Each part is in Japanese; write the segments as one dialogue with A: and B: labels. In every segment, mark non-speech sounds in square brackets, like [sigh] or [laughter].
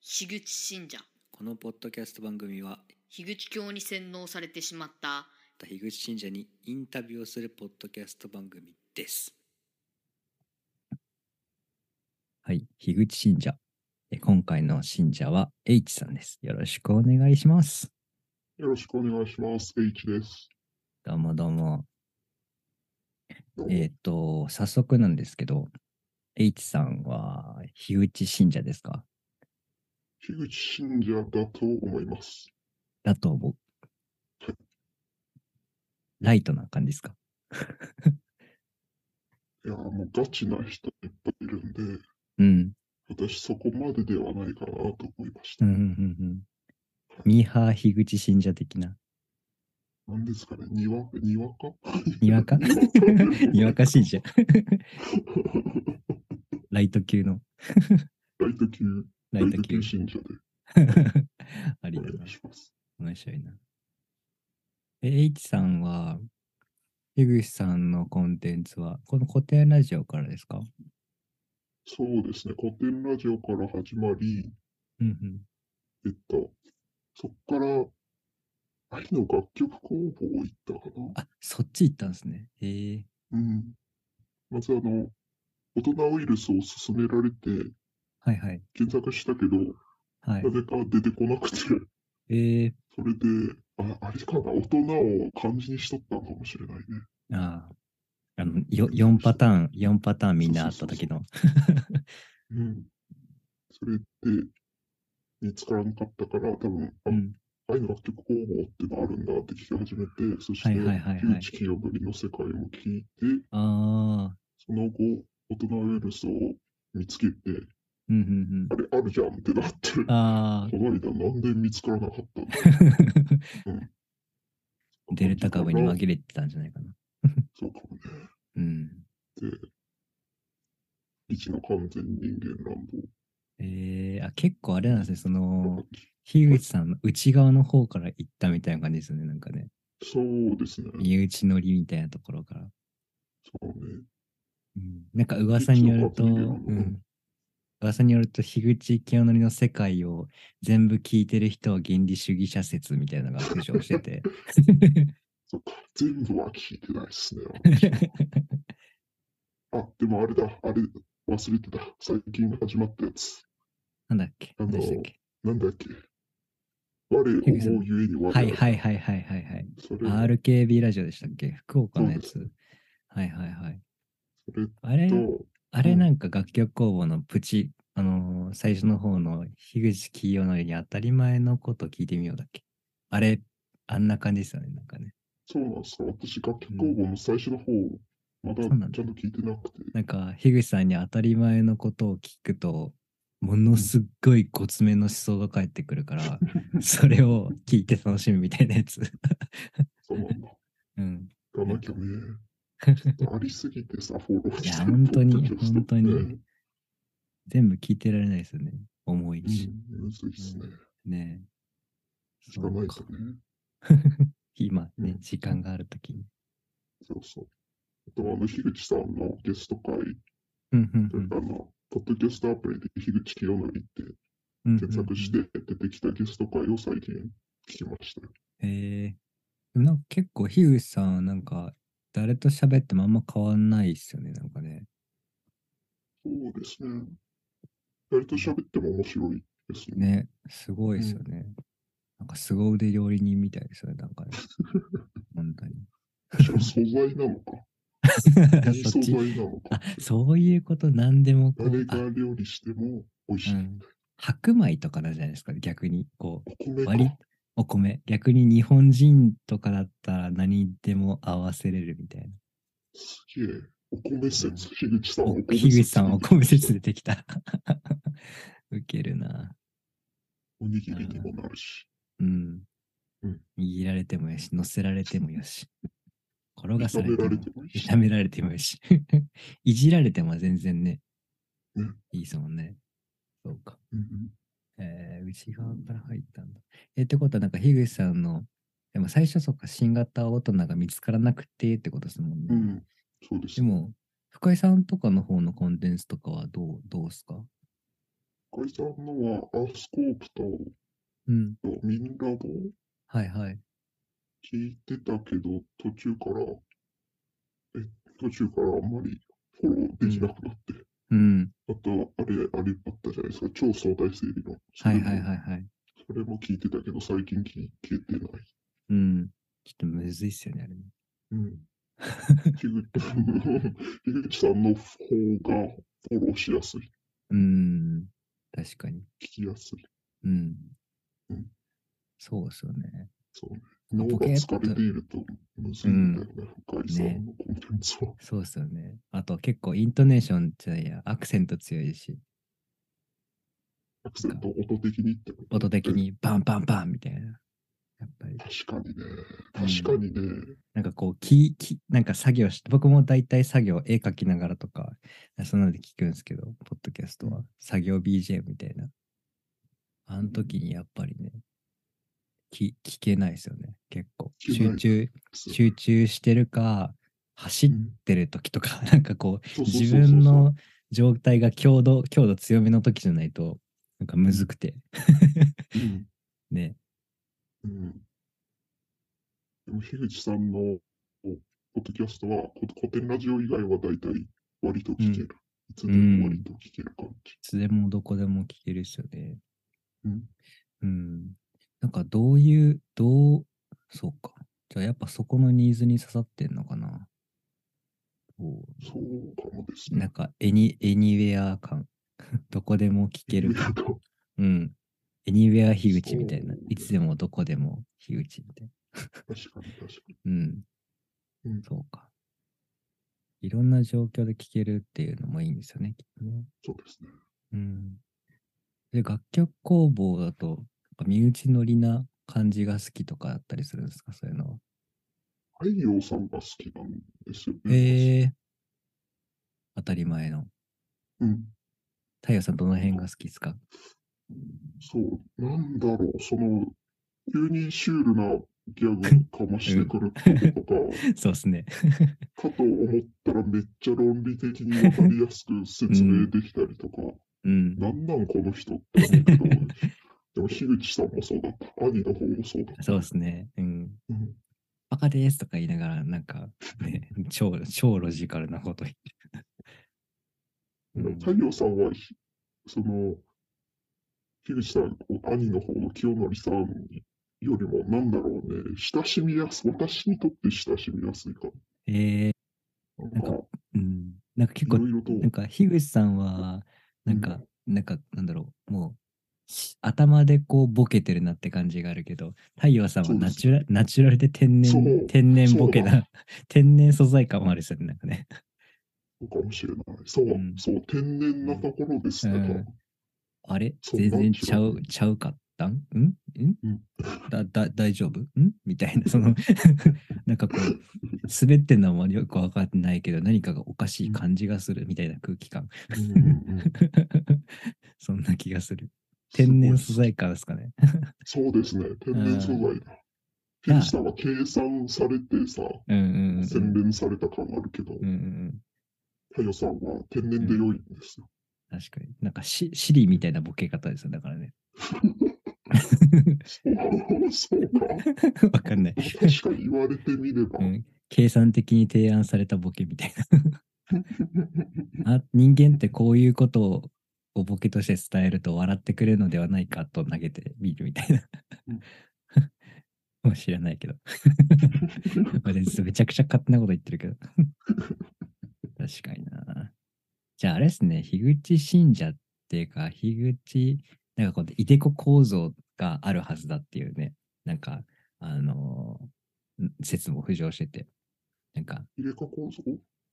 A: 樋口信者
B: このポッドキャスト番組は
A: 樋口教に洗脳されてしまった
B: 樋口信者にインタビューをするポッドキャスト番組です
C: はい、樋口信者。え今回の信者は H さんです。よろしくお願いします。
D: よろしくお願いします。H です。
C: どうもどうも。
D: どうも
C: えっ、と、早速なんですけど、H さんは樋口信者ですか
D: 樋口信者だと思います。
C: だと思う。ライトな感じですか
D: いや、もうガチな人いっぱいいるんで、
C: うん。
D: 私そこまでではないかなと思いまし
C: う
D: た。
C: んうんうんうんミーハー樋口信者的な。
D: 何ですかねにわにわか [laughs]
C: に [laughs] わかにわか信者。ライト級の。
D: ライト級、
C: ラ
D: ラ
C: イ
D: イ
C: ト
D: ト
C: 級
D: 級。信者で
C: [laughs] あり
D: お
C: がとう
D: 願い。します。
C: 面白いな。え、H さんは、江口さんのコンテンツは、この古典ラジオからですか
D: そうですね、古典ラジオから始まり、
C: うんうん。
D: えっと、そこから、愛の楽曲工房行ったかな。
C: あ、そっち行ったんですね。へえ。
D: うん。まずあの、大人ウイルスを勧められて、
C: はいはい。
D: 検索したけど、
C: はい
D: な。ぜか出てこなくて、 [laughs]
C: ええ
D: それで、ああれかな、大人を漢字にしとったのかもしれないね。
C: ああ。あの、よ、4パターン、4パターンみんなあった時の。
D: うん。それで、見つからなかったから、多分、あ、
C: うん。
D: 愛の楽曲工房ってのあるんだって聞き始めて、そして、
C: はいはいはいはい
D: 樋口清則の世界を聞いて、
C: ああ。
D: その後、大人ウイルスを見つけて、
C: うんうん
D: あれあるじゃんってなって、
C: うん。あ
D: この間なんで見つからなかったの
C: あ。
D: うん
C: デルタ株に紛れてたんじゃないかな。
D: そうかもね。
C: うん。
D: 一の完全人間乱暴。
C: ええあ、結構あれなんですね。その、樋口さんの内側の方から行ったみたいな感じですよね、なんかね。
D: そうですね。
C: 身内乗りみたいなところから。
D: そうね。
C: うん、なんか噂によると、う
D: 一応まあそういうのも
C: ん、噂によると、樋口清則の世界を全部聞いてる人は原理主義者説みたいなのが浮上して [laughs] て。
D: そっか。全部は聞いてないで
C: [laughs]
D: すね。あ、でもあれだ。あれ、忘れてた。最近始まったやつ。
C: なんだっけ
D: あの
C: 何でしたっけ
D: なんだっけ。我思
C: 樋口さん
D: うゆえに我。
C: はいはいいはいはいはいはい。
D: それ、
C: RKB ラジオでしたっけ福岡のや
D: そ
C: つ。はいはいはい。
D: それ
C: あれ、
D: と、
C: あれ
D: うん
C: なんか楽曲工房のプチ、あのー最初の方の樋口清則に当たり前のこと聞いてみようだっけあれ、あんな感じですよね、なんかね。
D: そうなんですか。私、楽曲工房の最初の方、まだ
C: そう
D: ち
C: な
D: ゃ
C: んだ
D: んと聞いてなくて。
C: なんか、樋口さんに当たり前のことを聞くと、ものすっごいコツめの思想が返ってくる
D: [laughs]
C: から、それを聞いて楽しむみたいなやつ。
D: そうなんだ。
C: うん。
D: 行かなきゃね。
C: [laughs]
D: ちょっとありすぎてさ、フォローして
C: いや、
D: る
C: 本当に、
D: ポッドキャスト
C: 本当
D: ね
C: に。全部聞いてられないですよね。重いし。
D: うん、むずいっすね。
C: ねえ。
D: 聞かない
C: そ
D: と
C: うか
D: ね。
C: 今ね
D: う、ん
C: 時間があるときに。
D: そうそう。あと、あの、樋口さんのゲスト会、
C: うんうんうん
D: あの、ポッドキャストアプリで樋口清則って
C: うんうんうん
D: 検索して出てきたゲスト会を最近聞きましたよ。
C: へえでもなんか結構、樋口さんはなんか、誰と喋ってもあんま変わんないっすよね、なんかね。
D: そうですね。誰と喋っても面白いですね。
C: ね、すごいっすよね。なんか、凄腕料理人みたいですよね、なん [laughs] かね。本当
D: むしろ素材なのか。い
C: に。
D: い
C: [laughs] そ
D: 素
C: っち。
D: 材なのか
C: あ。、そういうこと、何でもこ
D: 誰
C: う、あ
D: が料理しても美味し
C: う
D: い。
C: ん。白米とかなんじゃないですか、逆に。こ
D: お米
C: う、
D: か。
C: 割お米。逆に日本人とかだったら何でも合わせれるみたいな。
D: すげえ。お米
C: うん
D: 説、樋口さん、
C: お
D: お米
C: 樋口さん、お米説
D: 出てき
C: 出てきた。 [laughs] ウケるな。
D: た。おにぎりにもなるし。
C: うん。
D: うん
C: 握られてもよし、乗せられてもよし。転がさ
D: 炒
C: れ
D: め
C: て
D: られ
C: も
D: て、もいいし
C: 炒。められてもよし。 [laughs] いじられても全然ね
D: うん、
C: いいですもんね。そうか。
D: うん
C: えー内側から入ったんだ。えーってことは、なんか、樋口さんの、でも最初、そっか、新型大人が見つからなくてってことですもんね。
D: うん、うんそうです
C: でも、深井さんとかの方のコンテンツとかはどう、どうっすか
D: 解さんのはアスコープと
C: うん。
D: ドミンラボ
C: はいはい。
D: 聞いてたけど、途中から、え、途中からあんまりフォローできなくなって。
C: うん。
D: あと、あれ、あれだったじゃないですか。超相対性理論。そ
C: は
D: れ
C: い
D: も
C: はいはいはい。
D: それも聞いてたけど、最近聞けてない。
C: うん。ちょっとむずいっすよね、あれね。 [laughs]
D: うん。樋口樋口さんの方がフォローしやすい。
C: うん。確かに。
D: 聞きやすい。
C: うん
D: うん。
C: そうですよね。
D: そうね。
C: なん
D: 脳
C: かポ
D: が
C: ケット
D: 疲れているとむずいんだよね。深井さんのコンテンツは。
C: そうですよね。あと結構イントネーションじゃないや、アクセント強いし、
D: アクセント音的にってこと
C: 音的にバンバンバンみたいな。やっぱり、
D: 確かに
C: う
D: ね。
C: ん
D: 確かにね。
C: なんかこう、き、き、なんか作業して、僕も大体作業、絵描きながらとか、そんなので聞くんですけど、ポッドキャストは、作業 BGM みたいな。あの時にやっぱりね、き、聞けないですよね、結構。
D: 聞けな
C: 集
D: い
C: 中、
D: そう
C: 集中してるか、走っ
D: うん
C: てる時とか、 [laughs] なんかこう、
D: そうそうそ
C: 自
D: うそう
C: 分の状態が強度、強度強めの時じゃないと、なんかむずくて。
D: うん
C: ね。
D: うんでも、樋口さんのポッドキャストは、こ古典ラジオ以外は大体割と聞ける。いつでも割と聞ける感じ。
C: いつでもどこでも聞けるっすよね。
D: うん。
C: うん。なんかどういう、どう、そうか。じゃあやっぱそこのニーズに刺さってんのかな。こ
D: そうかもです
C: うなん
D: ね。
C: か、エニ、エニウェア感。 [laughs] どこでも聞ける
D: いろい
C: 感。
D: ろ
C: うん。エニウェア樋口みたいな
D: そう。
C: いつでもどこでも樋口みたいな。
D: と確かに確かに。
C: うん。
D: うん
C: そうか。いろんな状況で聴けるっていうのもいいんですよね、きっとね。
D: そうですね。
C: うん。で、楽曲工房だと、やっぱ身内乗りな感じが好きとかあったりするんですか、そういうのは。
D: 太陽さんが好きなんですよね。
C: へえ当たり前の。
D: うん。
C: 太陽さん、どの辺が好きですか [laughs]
D: そう。なんだろう。その、急にシュールなギャグかましてくるってこと
C: [laughs]
D: とか、
C: そうですね。
D: かと思ったらめっちゃ論理的にわかりやすく説明できたりとか、
C: うん。
D: なんなんこの人って思うけど、でも樋口さんもそうだった。兄の方もそうだった。
C: そうですね。うん。
D: うん
C: バカですとか言いながら、なんか、ね、超、超ロジカルなこと言って。
D: でも太陽さんは、ひその、樋口さん、兄の方の清則さんよりも、なんだろうね、親しみやす、私にとって親しみやすいか
C: うん、ええ
D: も。
C: なんかうん。なんか
D: い
C: 結構
D: ろいろと、
C: なんか、樋口さんは、なんか、なんか、なんだろう、もう、し頭でこう、ボケてるなって感じがあるけど、太陽さんは
D: そうで
C: ナ
D: す
C: チュラナチュラルで天
D: そう
C: 然、天然ボケ
D: そ
C: な、 [laughs] 天然素材感もあるですよね、なんかね。
D: そうかもしれない。そう、
C: うん
D: そう、天然なところですね。
C: うん
D: 多分
C: あれ
D: そう
C: 全然
D: ナチ
C: ち
D: ュラ
C: ゃ
D: ル
C: う、ちゃうかったんんん
D: うん
C: だ、だ、大丈夫んみたいな、その、 [laughs] なんかこう、滑ってんのもよくわかってないけど、何かがおかしい感じがするみたいな空気感。 [laughs]
D: うんうんうん
C: そんな気がする。 [laughs] 天然素材感ですかね。
D: そうですね、天然素材だ。
C: うん
D: 樋口さんは計算されてさ、
C: うんうんうん
D: 洗練された感あるけど、
C: うんうんうん。
D: 太陽さんは天然で良いんですよ。
C: 確かに。なんかシシリみたいなボケ方ですよ。だからね。 [laughs]
D: そうか。
C: わか [laughs] んない、
D: 確かに言われてみれば。
C: うん。計算的に提案されたボケみたいな。あ人間ってこういうことをおボケとして伝えると笑ってくれるのではないかと投げてみるみたいな
D: うん。
C: [laughs] もう知らない
D: [laughs]
C: けど。まあでめちゃくちゃ勝手なこと言ってるけど。確かにな。じゃああれですね、樋口信者っていうか、樋口、なんかこのいでこ構造があるはずだっていうね、なんか、あのーん説も浮上してて、なんか、
D: 入れ子構造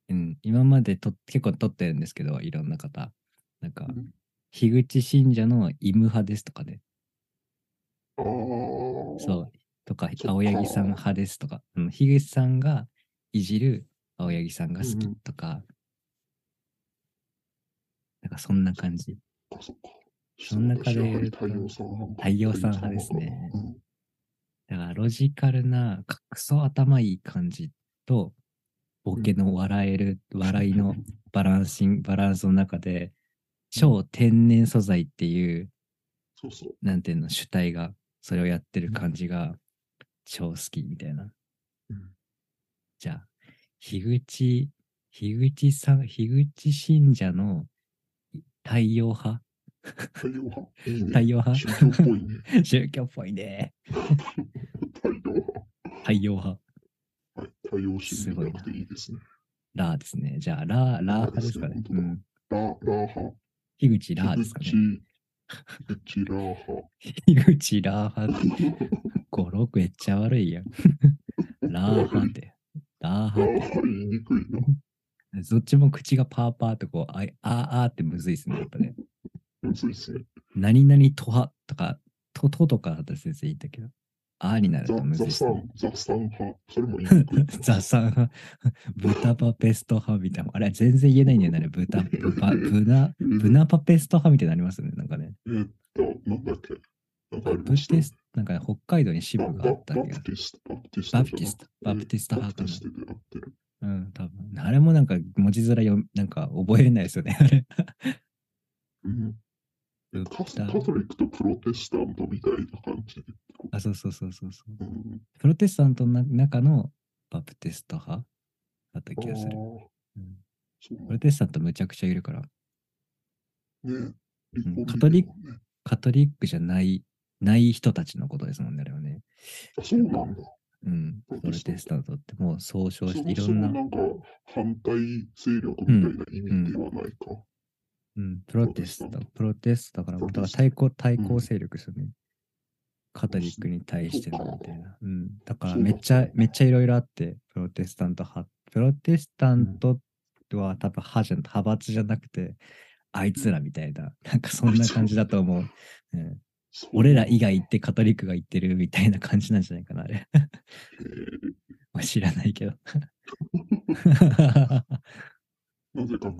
C: うん、今までと結構撮ってるんですけど、いろんな方、なんか
D: うん、
C: 樋口信者のイム派ですとかね、
D: ああ。
C: そう。とか
D: っ、か
C: 青柳さん派ですとか、うん、樋口さんがいじる青柳さんが好
D: うんう
C: き
D: ん
C: とか、なんかそんな感じ。
D: か、そっか。
C: その中で
D: やはり太陽さん派。
C: 太陽さん派ですね
D: うん。
C: だからロジカルな、かくそ頭いい感じと、ボケの笑える、笑いのバランシング、バランスの中で、超天然素材っていう、
D: そうそう。
C: なんていうの、主体が、それをやってる感じが、超好きみたいな
D: うん。
C: じゃあ、樋口、樋口さん、樋口信者の太陽派
D: 太陽派いい
C: 太
D: ね。
C: 陽派
D: 宗教っぽいね。
C: 宗教っぽい
D: [laughs]
C: ね。
D: 太陽派。
C: 太陽派。
D: はい。太陽神じゃなくていいですね。
C: ラーですね。じゃあ、ラー、ラー派ですかね。
D: そううですね
C: ん。
D: ラ、ラー派。
C: 樋口ラーですかね。
D: 樋口、樋口ラー派。
C: 樋口ラー派って、語録めっちゃ悪いやん。ラー派って。ラー
D: ラー
C: 派って。
D: 派言いにくいな。
C: どっちも口がパーパーとこう、あいあーあーってむずいですね。やっぱね。
D: むずいですね。
C: 何々とはとか、とととかだったら先生言ったけど、あーになる
D: ザ
C: とむずい
D: ザ
C: で
D: サ
C: すね。
D: ン、。ザサン派。それも言いにくい
C: [laughs] ザサン派、豚パペスト派みたいな。あれ、全然言えないんだよね。あれ豚、ブパ、ブナ、ブナパペスト派みたいになりますよね。なんかね。
D: えーっと、なんだっけ。なんかあり
C: ブ
D: ました
C: テスなんかね、北海道に支
D: バ
C: 部があった
D: バ
C: ん
D: バ
C: だけど
D: プ。ティスト、バプティスト
C: バプ
D: じゃ
C: ティ
D: な
C: ス
D: くて
C: ト、バプティスト
D: バプ
C: 派
D: テ
C: か
D: ィ
C: な
D: ス。トでやってる。
C: うん、多分。あれもなんか文字面よなんか覚えないですよね。あれ。
D: うん、カスカ
C: 豚
D: トリックとプロテスタントみたいな感じで。
C: あ、そうそうそうそうそう。
D: うん、
C: プロテスタントの中のバプテスト派だった気がする。うん
D: そう
C: プロテスタントむちゃくちゃいるから、
D: ね。
C: うんカトリック
D: ク、ね。
C: カトリックじゃない、ない人たちのことですもんね、あれはね。
D: あそうなんだ。
C: うん。
D: プロ
C: プ
D: テ
C: ロ
D: ス
C: テスタ
D: タント
C: ントってもう総称
D: そ
C: して、い
D: も
C: ろ
D: そ
C: ん
D: も
C: な、
D: なんか反対勢力みたいな意味ではないか。
C: うん、プロテス
D: プロテスタ
C: タ
D: ン
C: ント、プロテストだから、
D: プ
C: だ
D: ロテ
C: か
D: ス
C: ら
D: タ
C: 対抗、対抗勢力ですよね。カトリックに対しての
D: そうか
C: みたいな。うん。だから
D: そうだ
C: めっちゃ、めっちゃいろいろあって、プロテスタント派、プロテスタントは多分派じゃん、派閥じゃなくて、あいつらみたいな、なんかそんな感じだと思う。うん、
D: そう
C: 俺ら以外ってカトリックが言ってるみたいな感じなんじゃないかな、あれ。 [laughs]
D: えー
C: まあ知らないけ
D: [laughs]
C: ど。
D: なぜかかか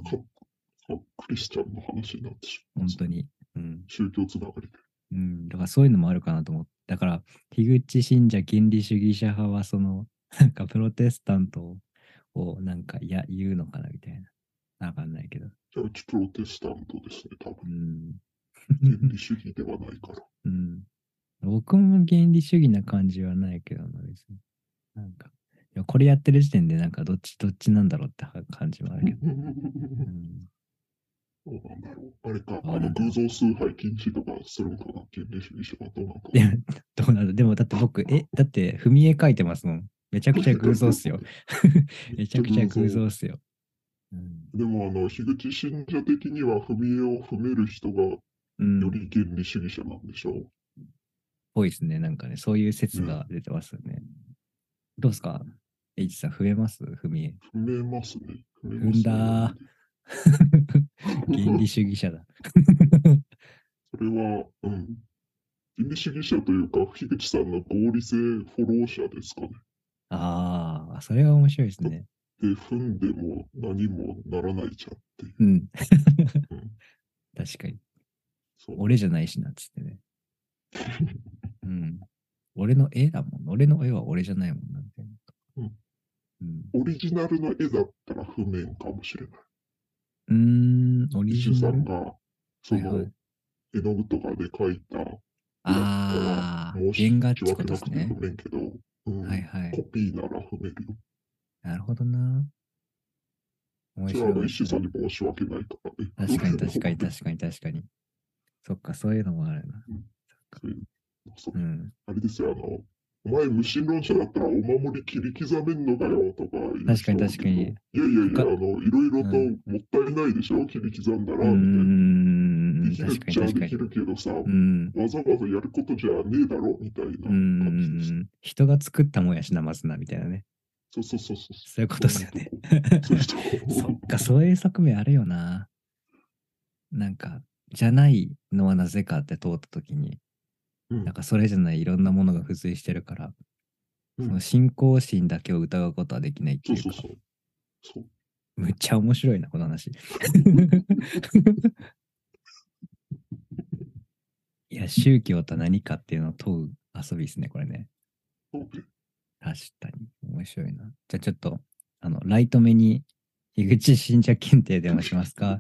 D: クリスチャンの話になってしまう
C: 本。当に。うん。
D: 宗教つながりで。
C: うん。だからそういうのもあるかなと思って。だから、樋口信者原理主義者派は、その、 [laughs] なんかプロテスタントを、なんか、いや、言うのかなみたいな。わかんないけど。
D: じゃあうちプロテスタントですね、多
C: う
D: 分。
C: ん。 [laughs]
D: 原理主義ではないから。
C: うん。僕も原理主義な感じはないけどな、別に。なんか、いやこれやってる時点で、なんか、どっち、どっちなんだろうって感じもあるけど。うん
D: どうなんだろう。あれか、
C: あ
D: あの
C: なんだろ
D: 偶
C: う
D: 像崇拝禁止とかするのかな、原理主義者はどうなんか
C: でも、 [laughs] どうなるでも、だって僕、え、だって、踏み絵描いてますもん。めちゃくちゃ偶像っすよ。 [laughs] めちゃくちゃ偶像っすよ。うん。
D: でも、あの、樋口信者的には踏み絵を踏める人がよ
C: うん。
D: り原理主義者なんでしょう。
C: ぽいですね。なんかね、そういう説が出てますよね。どうですかエイジさん、増えます踏
D: [laughs]
C: み絵。
D: 踏めますね。踏め
C: 踏んだ
D: ますね。
C: 原理主義
D: [laughs]
C: 者だ。
D: それは、うん。原理主義者というか、樋口さんの合理性フォロー者ですかね。
C: ああ、それは面白いですね。
D: で、踏んでも何もならないじゃんっていう。
C: うん。
D: うん
C: [laughs] 確かに。
D: そう
C: 俺じゃないしな、つって
D: [laughs]
C: ね。うん。俺の絵だもん。俺の絵は俺じゃないもんな、みたいな。
D: うん
C: うん。
D: オリジナルの絵だったら不明かもしれない。
C: うーん、オリ
D: 美
C: ジ
D: 術さ
C: ナ
D: ん
C: ル。
D: が、そ
C: はいは
D: の
C: い、
D: 絵の具とかで描いた、
C: ああ、
D: 申し
C: 原画って
D: わ
C: こ
D: け
C: とで
D: な
C: す
D: くて
C: ね
D: 不。明けど、うん
C: はいは
D: コ
C: い。
D: ピーなら不明よ。
C: なるほどな。面
D: それはあ
C: 白
D: の、
C: い。
D: 石井さん
C: 確
D: に申し訳ないからね。
C: かに
D: [laughs]
C: 確かに
D: か
C: 確かに確かに。そっか、そういうのもあるな。
D: に。そう
C: うん。
D: あれですよ、あの、お前無神論者だったらお守り切り刻めんのかよとか言
C: 確
D: う
C: か
D: 人
C: に
D: 多い
C: 確か
D: けど
C: に。
D: いやいやいや、
C: 他
D: あの、いろいろと
C: う
D: もったいないでしょ、切り刻んだ
C: う
D: ら、
C: ー
D: み
C: ん
D: たいな。で
C: 確
D: きるっ
C: かに
D: ちゃ
C: 確か
D: で
C: に
D: き。るけどさ、
C: うん。
D: わざわざやることじゃねえだろ、みたいな
C: う
D: 感じです。
C: ん。人が作ったもんやしなますな、みたいなね。
D: そうそうそうそう。
C: そういうことですよね。
D: そういう人
C: [laughs] そっか、そういう側面あるよな。なんか、じゃないのはなぜかって通った時に、
D: うん
C: なんかそれじゃないいろんなものが付随してるから、
D: うん
C: その信仰心だけを疑うことはできないって
D: そ
C: いううか、
D: そうそう。そう
C: むっちゃ面白いな、この話。いや、宗教と何かっていうのを問う遊びですね、これね。
D: そうね
C: 確かに。面白いな。じゃあちょっと、あの、ライト目に、樋口信者検定電話しますか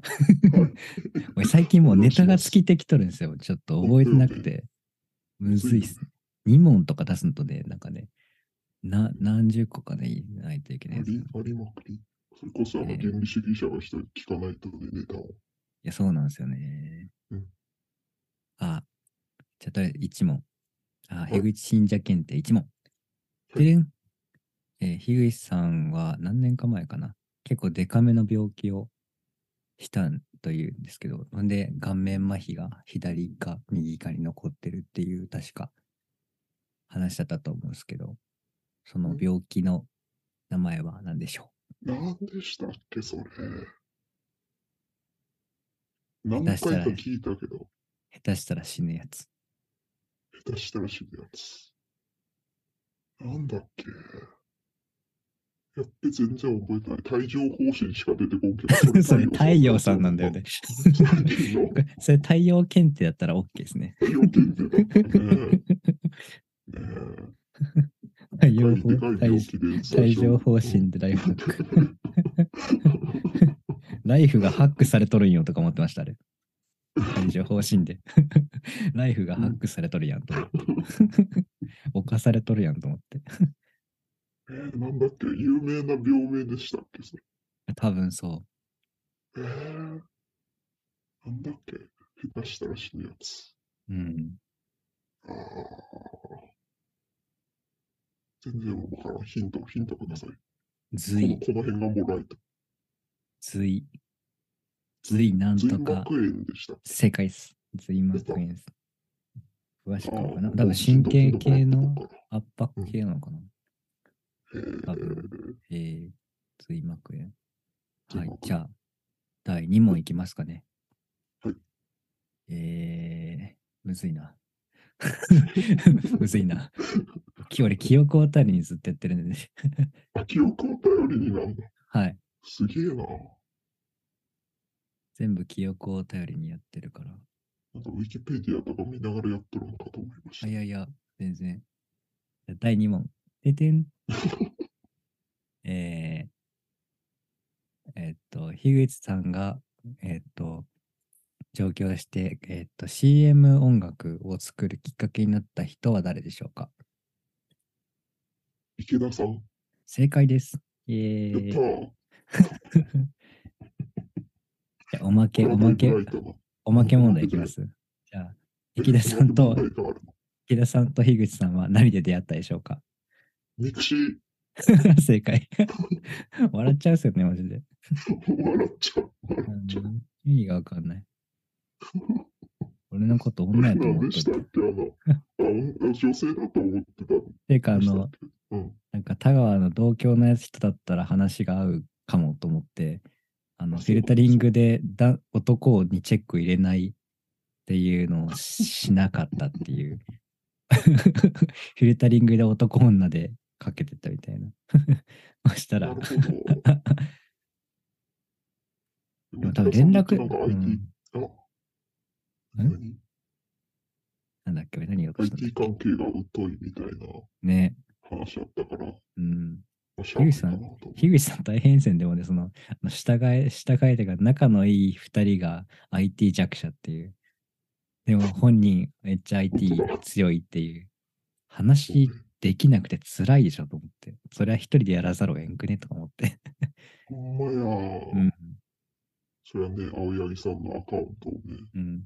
C: 俺最近もうネタが尽きてきとるんですよ。ちょっと覚えてなくて。むずいっすね。2問とか出すのとね、なんかね、な、何十個かね、いないといけない
D: あ
C: やつ。い
D: りありまくり。それこそあの
C: ええ
D: 原理主義者が一人聞かないとでネタを。
C: や、そうなんですよね
D: うん。
C: あ、じゃあとりあえず1問。あ、
D: い
C: 樋口信者検定1問。
D: い
C: でれん。えー、樋口さんは何年か前かな。結構デカめの病気をしたんというんですけど、ほんで顔面麻痺が左か右かに残ってるっていう確か話だったと思うんですけど、その病気の名前は何でしょ
D: 何でしたっけ、それ。何回か聞いたけど、
C: う下手したら死ぬやつ。。
D: 下手したら死ぬやつ。なんだっけ。やって全然覚えてない。帯状疱疹しか出てこんけど
C: [laughs] それ太陽さんなんだ
D: [laughs]
C: よね。
D: 太陽の。
C: [laughs] それ太陽検定だったら OK ですね。
D: 太陽検
C: [laughs]
D: 定だったね。ね
C: 太
D: え。
C: 陽
D: でかい
C: 太
D: 病気で
C: 太
D: 最初
C: 陽方針でライフハック。 [laughs] ライフがハックされとるんよとか思ってました、あれ。体調方針で。 [laughs] ライフがハックされとるやんと思って。 [laughs] 犯されとるやんと思って。
D: えー、なんだっけ有名な病名でしたっけそれ
C: 多分そ
D: えー、なんだっけ下手したら死ぬやつ。
C: う。うん。
D: あー全然わからん。ヒント、ヒントください。こ
C: 随
D: の、この辺がもらえた。
C: 随、随なん
D: 髄
C: とか
D: 膜、炎でした。
C: 正解です。随膜炎です。詳しくはかな。
D: あー
C: 多分神経系の
D: ヒント
C: 圧迫系なのかな。
D: くれた
C: 多
D: のかな
C: 分えー、髄膜炎。
D: 髄
C: はい
D: 膜炎、
C: じゃあ、第2問いきますかね。
D: はい。
C: えー、むずい
D: [laughs]
C: な。むずいな。き俺、記憶を頼りにずっとやってるんでね。
D: えーあ、記憶を頼りになんだ。
C: はい。
D: すげえな。
C: 全部記憶を頼りにやってるから。
D: なんかウィキペディアとか見ながらやってるのかと思いまし
C: あ
D: た。
C: いやいや、全然。じゃあ第2問。ててん。えー、えーっと、樋口さんが、えーっと、上京して、えーっと、CM 音楽を作るきっかけになった人は誰でしょうか
D: [laughs] 池田さん、
C: 正解です。イエ
D: やっ
C: ーイ。
D: た
C: じ
D: ー。
C: ゃあおまけ、
D: ブラ
C: お
D: ボ
C: ま
D: ー
C: け
D: ブラ、イトが
C: おまけ問題いきます。じゃあ、池田さんと
D: ブライ、トがあるの
C: 池田さんと樋口さんは何で出会ったでしょうか [laughs]
D: ミクシー、
C: 正解。 [laughs] 笑っちゃうっすよね、マジで。
D: 笑っちゃう。笑
C: あの
D: っちゃう。
C: 意味がわかんない。俺のこと女やと
D: 何
C: 思っ
D: で
C: と
D: し
C: った
D: たっけあの、あ女女性だと思ってたん
C: ていうか、あ
D: でしたっ
C: の、
D: けうん。
C: なんか田川の同郷のやつ人だったら話が合うかもと思って、あの、
D: あ
C: フ
D: そう
C: ィルタリングでだ男にチェック入れないっていうのをししなかったっていう。 [laughs] フィルタリングで男女でかけてたみたいな。 [laughs] そした
D: な
C: ら
D: る、ほど。
C: でも多分連絡、
D: なんか
C: う
D: IT、
C: ん、
D: あ
C: ん
D: 何
C: なんだっけ、俺何をしたんだっ
D: ?IT
C: け
D: 関係が疎いみたいな
C: ね。
D: 話あったから、
C: うん。
D: まあしゃあない
C: 樋口さん
D: かなと思
C: 樋口さん大変ですよねでもね、その、あの従え、従えてか、仲のいい二人が IT 弱者っていう。でも本人めっちゃ IT 強いっていう。話できなくて辛いでしょと思って。それは一人でやらざるをえんくねとか思って。
D: ほんまや、
C: うん。
D: それはね、青柳さんのアカウントをね、
C: うん。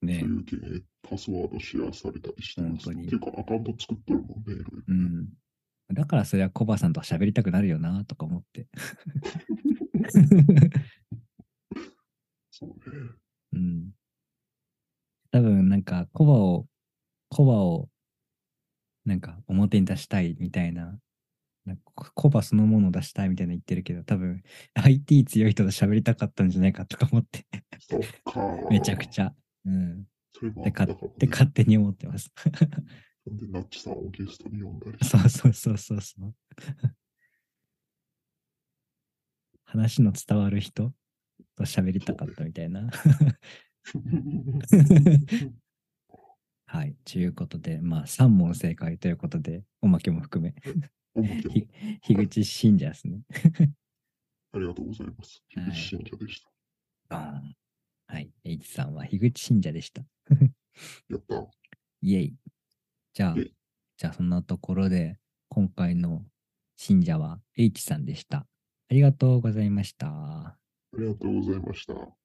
D: そ
C: ね
D: ういう系にパスワードシェアされたりしてます。
C: 本
D: っ
C: 当
D: て
C: に
D: いうか、アカウント作ってるもんね、いろいろ
C: うん。だからそれはコバさんと喋りたくなるよなとか思って。
D: そうね。
C: うん。多分なんかコバを、コバをなんか表に出したいみたいな、なんかココバそのものを出したいみたいな言ってるけど、多分 IT 強い人と喋りたかったんじゃないかとか思って、
D: そっか。
C: めちゃくちゃ。うん。
D: それもあ
C: で、
D: った
C: 勝
D: かもね
C: 手、勝手に思ってます。 [laughs]
D: なんで、ナッチさんをゲストに呼んだりして
C: そうそうそうそうそう。話の伝わる人と喋りたかったみたいな。はい。ということで、まあ、3問正解ということで、おまけも含め、
D: おまけも
C: ひ樋口信者ですね。
D: ありがとうございます。ございます。樋口信者でし
C: ド
D: た。
C: ーン。はい。エイジさんは樋口信者でした。
D: やった。
C: イエイ。じゃあ
D: イエイ、
C: じゃあそんなところで、今回の信者は H さんでした。ありがとうございました。
D: ありがとうございました。